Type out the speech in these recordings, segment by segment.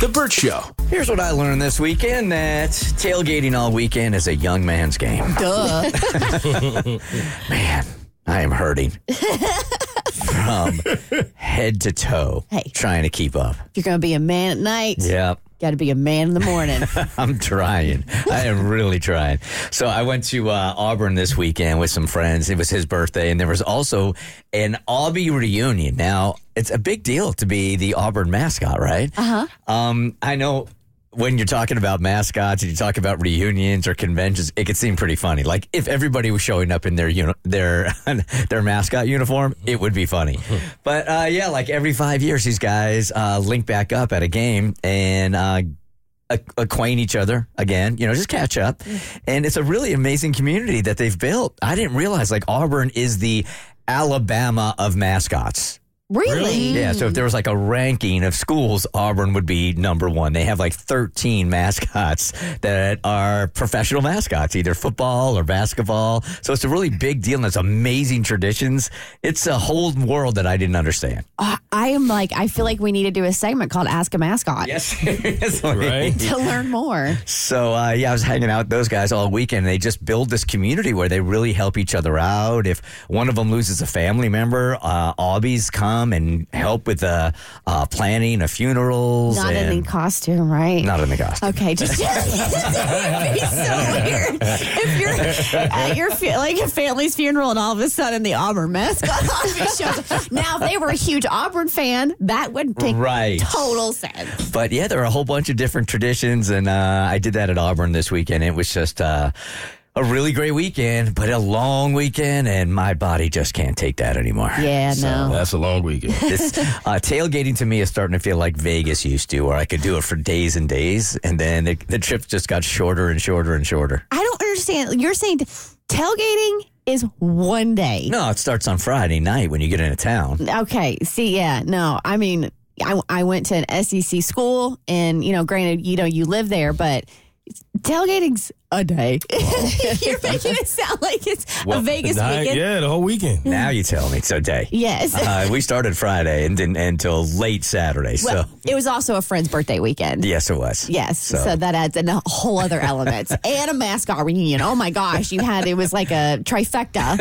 The Burt Show. Here's what I learned this weekend that tailgating all weekend is a young man's game. Duh. Man, I am hurting from head to toe Hey. trying to keep up. if you're going to be a man at night, Yep. got to be a man in the morning. I'm trying. I am really trying. So I went to uh, Auburn this weekend with some friends. It was his birthday, and there was also an Aubie reunion. Now it's a big deal to be the Auburn mascot, right? Uh huh. Um, I know. When you're talking about mascots and you talk about reunions or conventions, it could seem pretty funny. Like if everybody was showing up in their uni- their their mascot uniform, it would be funny. but uh, yeah, like every five years, these guys uh, link back up at a game and uh, ac- acquaint each other again, you know, just catch up. And it's a really amazing community that they've built. I didn't realize like Auburn is the Alabama of mascots. really? Yeah. So if there was like a ranking of schools, Auburn would be number one. They have like 13 mascots that are professional mascots, either football or basketball. So it's a really big deal and it's amazing traditions. It's a whole world that I didn't understand. Uh, I am like, I feel like we need to do a segment called Ask a Mascot Yes. Right? to learn more. So uh, yeah, I was hanging out with those guys all weekend. They just build this community where they really help each other out. If one of them loses a family member, uh, Aubies come and help with uh, uh, planning of funerals. Not and, in the costume, right? Not in the costume. Okay, just it'd be so weird if you're at your fa- like a family's funeral and all of a sudden the Auburn mascot shows up. Now, if they were a huge Auburn fan, that would make Right. total sense. But yeah, there are a whole bunch of different traditions, and uh, I did that at Auburn this weekend. It was just uh, a really great weekend, but a long weekend, and my body just can't take that anymore. Yeah, no. That's a long weekend. This, uh, tailgating to me is starting to feel like Vegas used to, where I could do it for days and days, and then it, the trip just got shorter and shorter and shorter. I don't understand. You're saying tailgating is one day. No, it starts on Friday night when you get into Mm. town. Okay. See, yeah, no. I mean, I, I went to an SEC school, and you know, granted, you know, you live there, but it's- tailgating's a day. You're making it sound like it's Well, a Vegas Night- weekend. yeah, the whole weekend. Now you tell me it's a day. Yes. Uh, we started Friday and didn't until late Saturday. well, so, it was also a friend's birthday weekend. yes, it was. Yes, so. that adds in a whole other element and a mascot reunion. Oh my gosh, you had it was like a trifecta.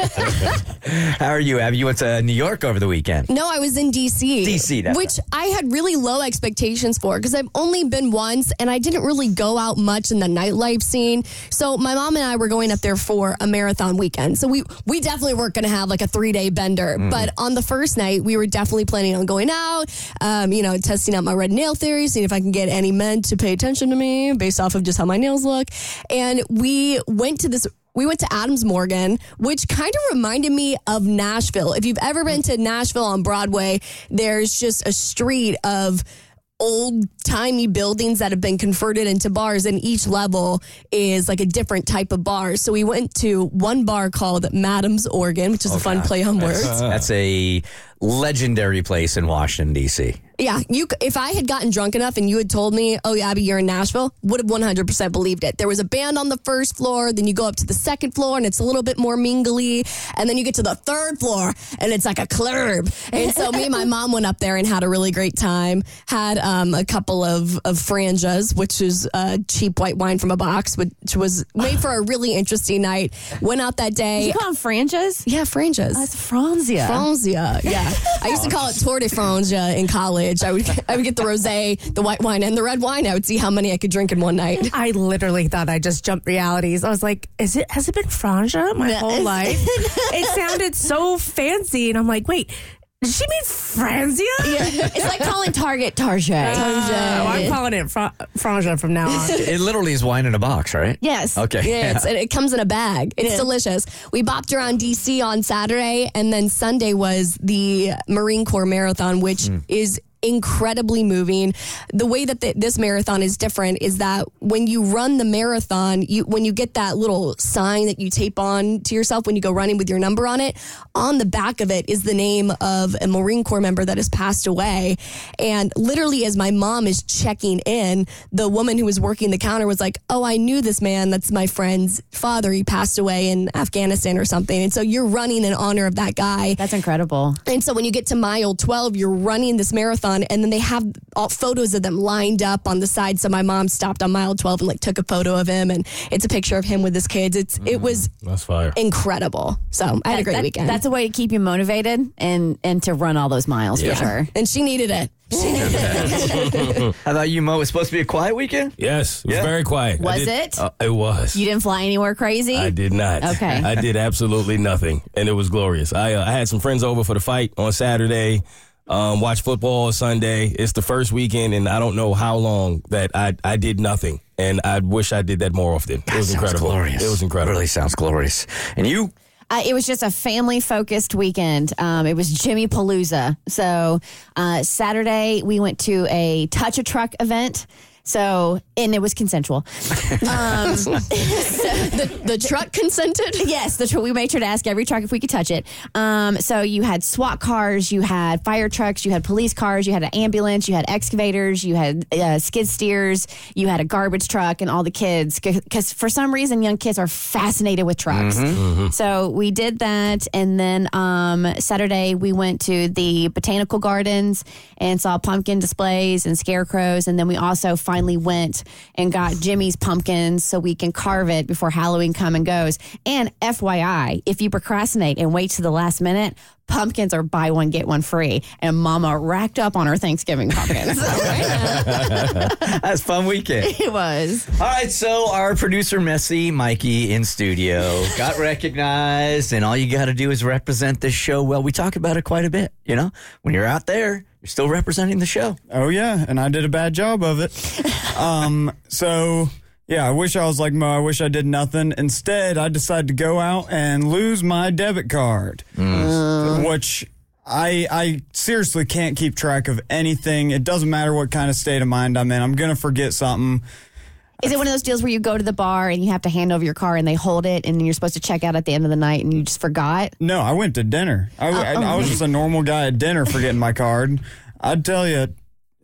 How are you, Abby? You went to New York over the weekend. Mm. No, I was in DC. DC, that's which I had really low expectations for because I've only been once and I didn't really go out much in the nightlife scene. So my mom and I were going up there for a marathon weekend. So we we definitely weren't going to have like a three day bender. But on the first night, we were definitely planning on going out. Um, you know, testing out my red nail theory, seeing if I can get any men to pay attention to me based off of just how my nails look. And we went to this we went to Adams Morgan, which kind of reminded me of Nashville. If you've ever been to Nashville on Broadway, there's just a street of old timey buildings that have been converted into bars, and each level is like a different type of bar. So we went to one bar called Madam's Organ, which is a fun play on words. That's a legendary place in Washington, D.C. Yeah, you. c- If I had gotten drunk enough and you had told me, "Oh, yeah, Abby, you're in Nashville," would have 100% believed it. There was a band on the first floor, then you go up to the second floor, and it's a little bit more mingly, and then you get to the third floor, and it's like a club. And so me and my mom went up there and had a really great time. Had um, a couple of of franjas, which is uh, cheap white wine from a box, which was made for a really interesting night. Went out that day. you call them franjas? yeah, franjas. That's Franzia. Franzia, yeah. I used to call it Tour de Franzia in college. I would I would get the rosé, the white wine, and the red wine. I would see how many I could drink in one night. I literally thought I just jumped realities. I was like, is it has it been franja my whole life? it sounded so fancy and I'm like, wait, did she mean franzia? it's like calling Target Target. Oh, I'm calling it fra- franja from now on. It literally is wine in a box, right? Yes. Okay. Yeah, it's, and it comes in a bag. It's delicious. We bopped around DC on Saturday, and then Sunday was the Marine Corps Marathon, which is incredibly moving. The way that th this marathon is different is that when you run the marathon, you when you get that little sign that you tape on to yourself when you go running with your number on it, on the back of it is the name of a Marine Corps member that has passed away. And literally as my mom is checking in, the woman who was working the counter was like, "Oh, I knew this man. That's my friend's father. He passed away in Afghanistan or something." And so you're running in honor of that guy. That's incredible. And so when you get to mile 12, you're running this marathon marathon, and then they have all photos of them lined up on the side. So my mom stopped on mile twelve and like took a photo of him, and it's a picture of him with his kids. It's it was That's fire. incredible. So I had a great That- weekend. That's a way to keep you motivated and and to run all those miles for sure. and she needed it. She needed it. I thought you, Mo, it was supposed to be a quiet weekend. Yes, it was Yeah. very quiet. I Was did- it? Uh, it was. You didn't fly anywhere crazy. I did not. Okay. I did absolutely nothing, and it was glorious. I uh, I had some friends over for the fight on Saturday. Um, watch football Sunday. It's the first weekend, and I don't know how long that I I did nothing, and I wish I did that more often. it was Sounds incredible. glorious. It was incredible. Really sounds glorious. And you, Uh, it was just a family focused weekend. Um, it was Jimmy Palooza. So uh, Saturday we went to a touch a truck event. So and it was consensual. Um, the, the truck consented. yes, the tr- we made sure to ask every truck if we could touch it. Um, so you had SWAT cars, you had fire trucks, you had police cars, you had an ambulance, you had excavators, you had uh, skid steers, you had a garbage truck, and all the kids because for some reason young kids are fascinated with trucks. So we did that, and then um, Saturday we went to the botanical gardens and saw pumpkin displays and scarecrows, and then we also finally went and got Jimmy's pumpkins so we can carve it before Halloween come and goes. And FYI, if you procrastinate and wait to the last minute, pumpkins are buy one get one free. And Mama racked up on her Thanksgiving pumpkins. that's a fun weekend. it was. All right, so our producer, Messy Mikey, in studio, got recognized, and all you got to do is represent this show. Well, we talk about it quite a bit, you know? When you're out there, you're still representing the show. Oh yeah, and I did a bad job of it. um, so yeah, I wish I was like Mo. I wish I did nothing. Instead, I decided to go out and lose my debit card, Mm. which I I seriously can't keep track of anything. It doesn't matter what kind of state of mind I'm in. I'm gonna forget something. Is it one of those deals where you go to the bar and you have to hand over your car and they hold it and you're supposed to check out at the end of the night and you just forgot? No, I went to dinner. I, I, I was just a normal guy at dinner forgetting my card. I'd tell you.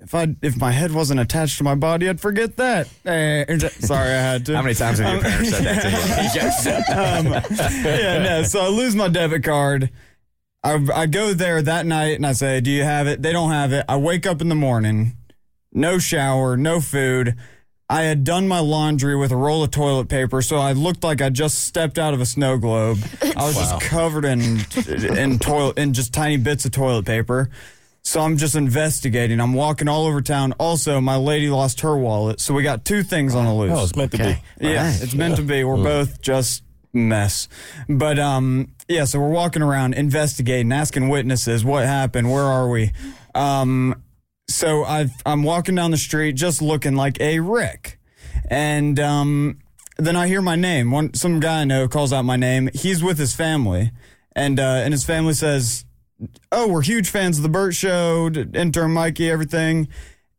If I if my head wasn't attached to my body, I'd forget that. Eh, sorry, I had to. Um, How many times have your parents said that to you? Yes. yeah, no. So I lose my debit card. I, I go there that night and I say, Do you have it? They don't have it. I wake up in the morning, no shower, no food. I had done my laundry with a roll of toilet paper, so I looked like I just stepped out of a snow globe. I was just covered in in toilet in just tiny bits of toilet paper. So I'm just investigating. I'm walking all over town. Also, my lady lost her wallet, so we got two things on the loose. Oh, it's meant to be. Mm. Yeah, it's meant to be. We're both just mess. But um yeah, so we're walking around investigating, asking witnesses what happened, where are we? Um so I've I'm walking down the street just looking like a wreck. And um then I hear my name. One some guy I know calls out my name. He's with his family. And uh and his family says, oh, we're huge fans of the Burt Show, d- intern Mikey, everything.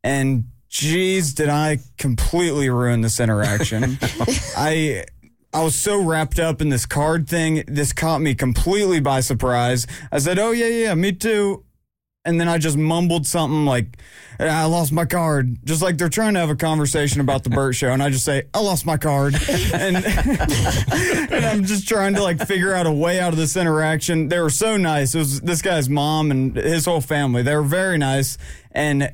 And jeez, did I completely ruin this interaction. I I was so wrapped up in this card thing, this caught me completely by surprise. I said, oh, yeah, yeah, me too. And then I just mumbled something like, I lost my card. Just like they're trying to have a conversation about the Burt Show. And I just say, I lost my card. And and I'm just trying to like figure out a way out of this interaction. They were so nice. It was this guy's mom and his whole family. They were very nice. And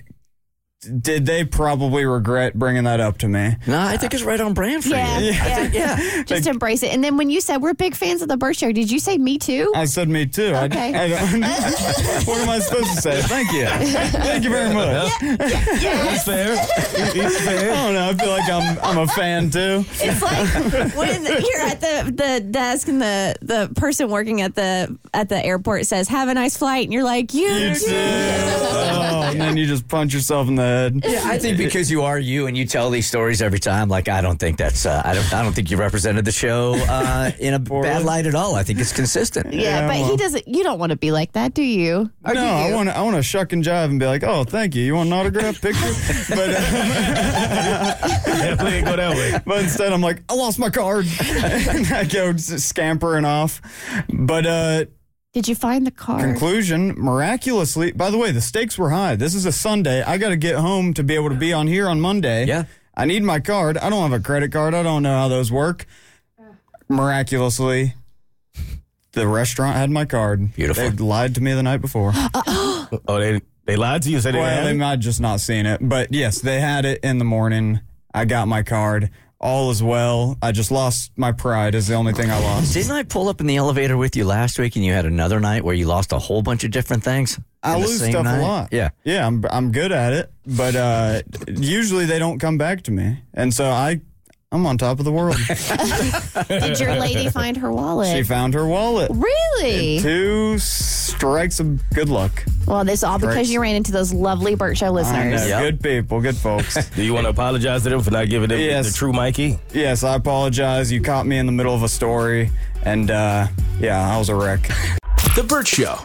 did they probably regret bringing that up to me? No, I think it's right on brand for Yeah, you. yeah. Just embrace it. And then when you said we're big fans of the Bird Show, did you say me too? I said, me too. I- Okay. I don't- what am I supposed to say? Thank you. Thank you very much. It's fair. It's I fair. don't know. I feel like I'm, I'm a fan too. It's like when you're at the, the desk and the, the person working at the at the airport says, "Have a nice flight," and you're like, "You, You too. too." Oh, and then you just punch yourself in the head. Yeah, I think because you are you and you tell these stories every time, like I don't think that's uh, I don't I don't think you represented the show uh, in a bad light at all. I think it's consistent. Yeah, Yeah, but he well. doesn't. You don't want to be like that, do you? Or no, do I you? want to. I want to shuck and jive and be like, "Oh, thank you. You want an autograph picture?" but uh, Definitely didn't go that way. But instead, I'm like, I lost my card. and I go s- scampering off. But uh, Did you find the car? conclusion, miraculously, by the way, the stakes were high. This is a Sunday. I got to get home to be able to be on here on Monday. Yeah. I need my card. I don't have a credit card. I don't know how those work. Miraculously, the restaurant had my card. Beautiful. They lied to me the night before. Oh, they They lied to you. Said they didn't Well, have they it? might have just not seen it, but yes, they had it in the morning. I got my card. All is well. I just lost my pride. Is the only thing I lost. Didn't I pull up in the elevator with you last week and you had another night where you lost a whole bunch of different things? I in the lose same stuff night? a lot. Yeah. yeah. I'm I'm good at it, but uh, usually they don't come back to me, and so I I'm on top of the world. Did your lady find her she wallet? found her wallet. really? Two strikes of good luck. Well, this all because Great. you ran into those lovely Burt Show I know. listeners. Yep. Good people, good folks. Do you want to apologize to them for not giving them the- Yes. the true Mikey? yes, I apologize. You caught me in the middle of a story, and uh, yeah, I was a wreck. The Burt Show.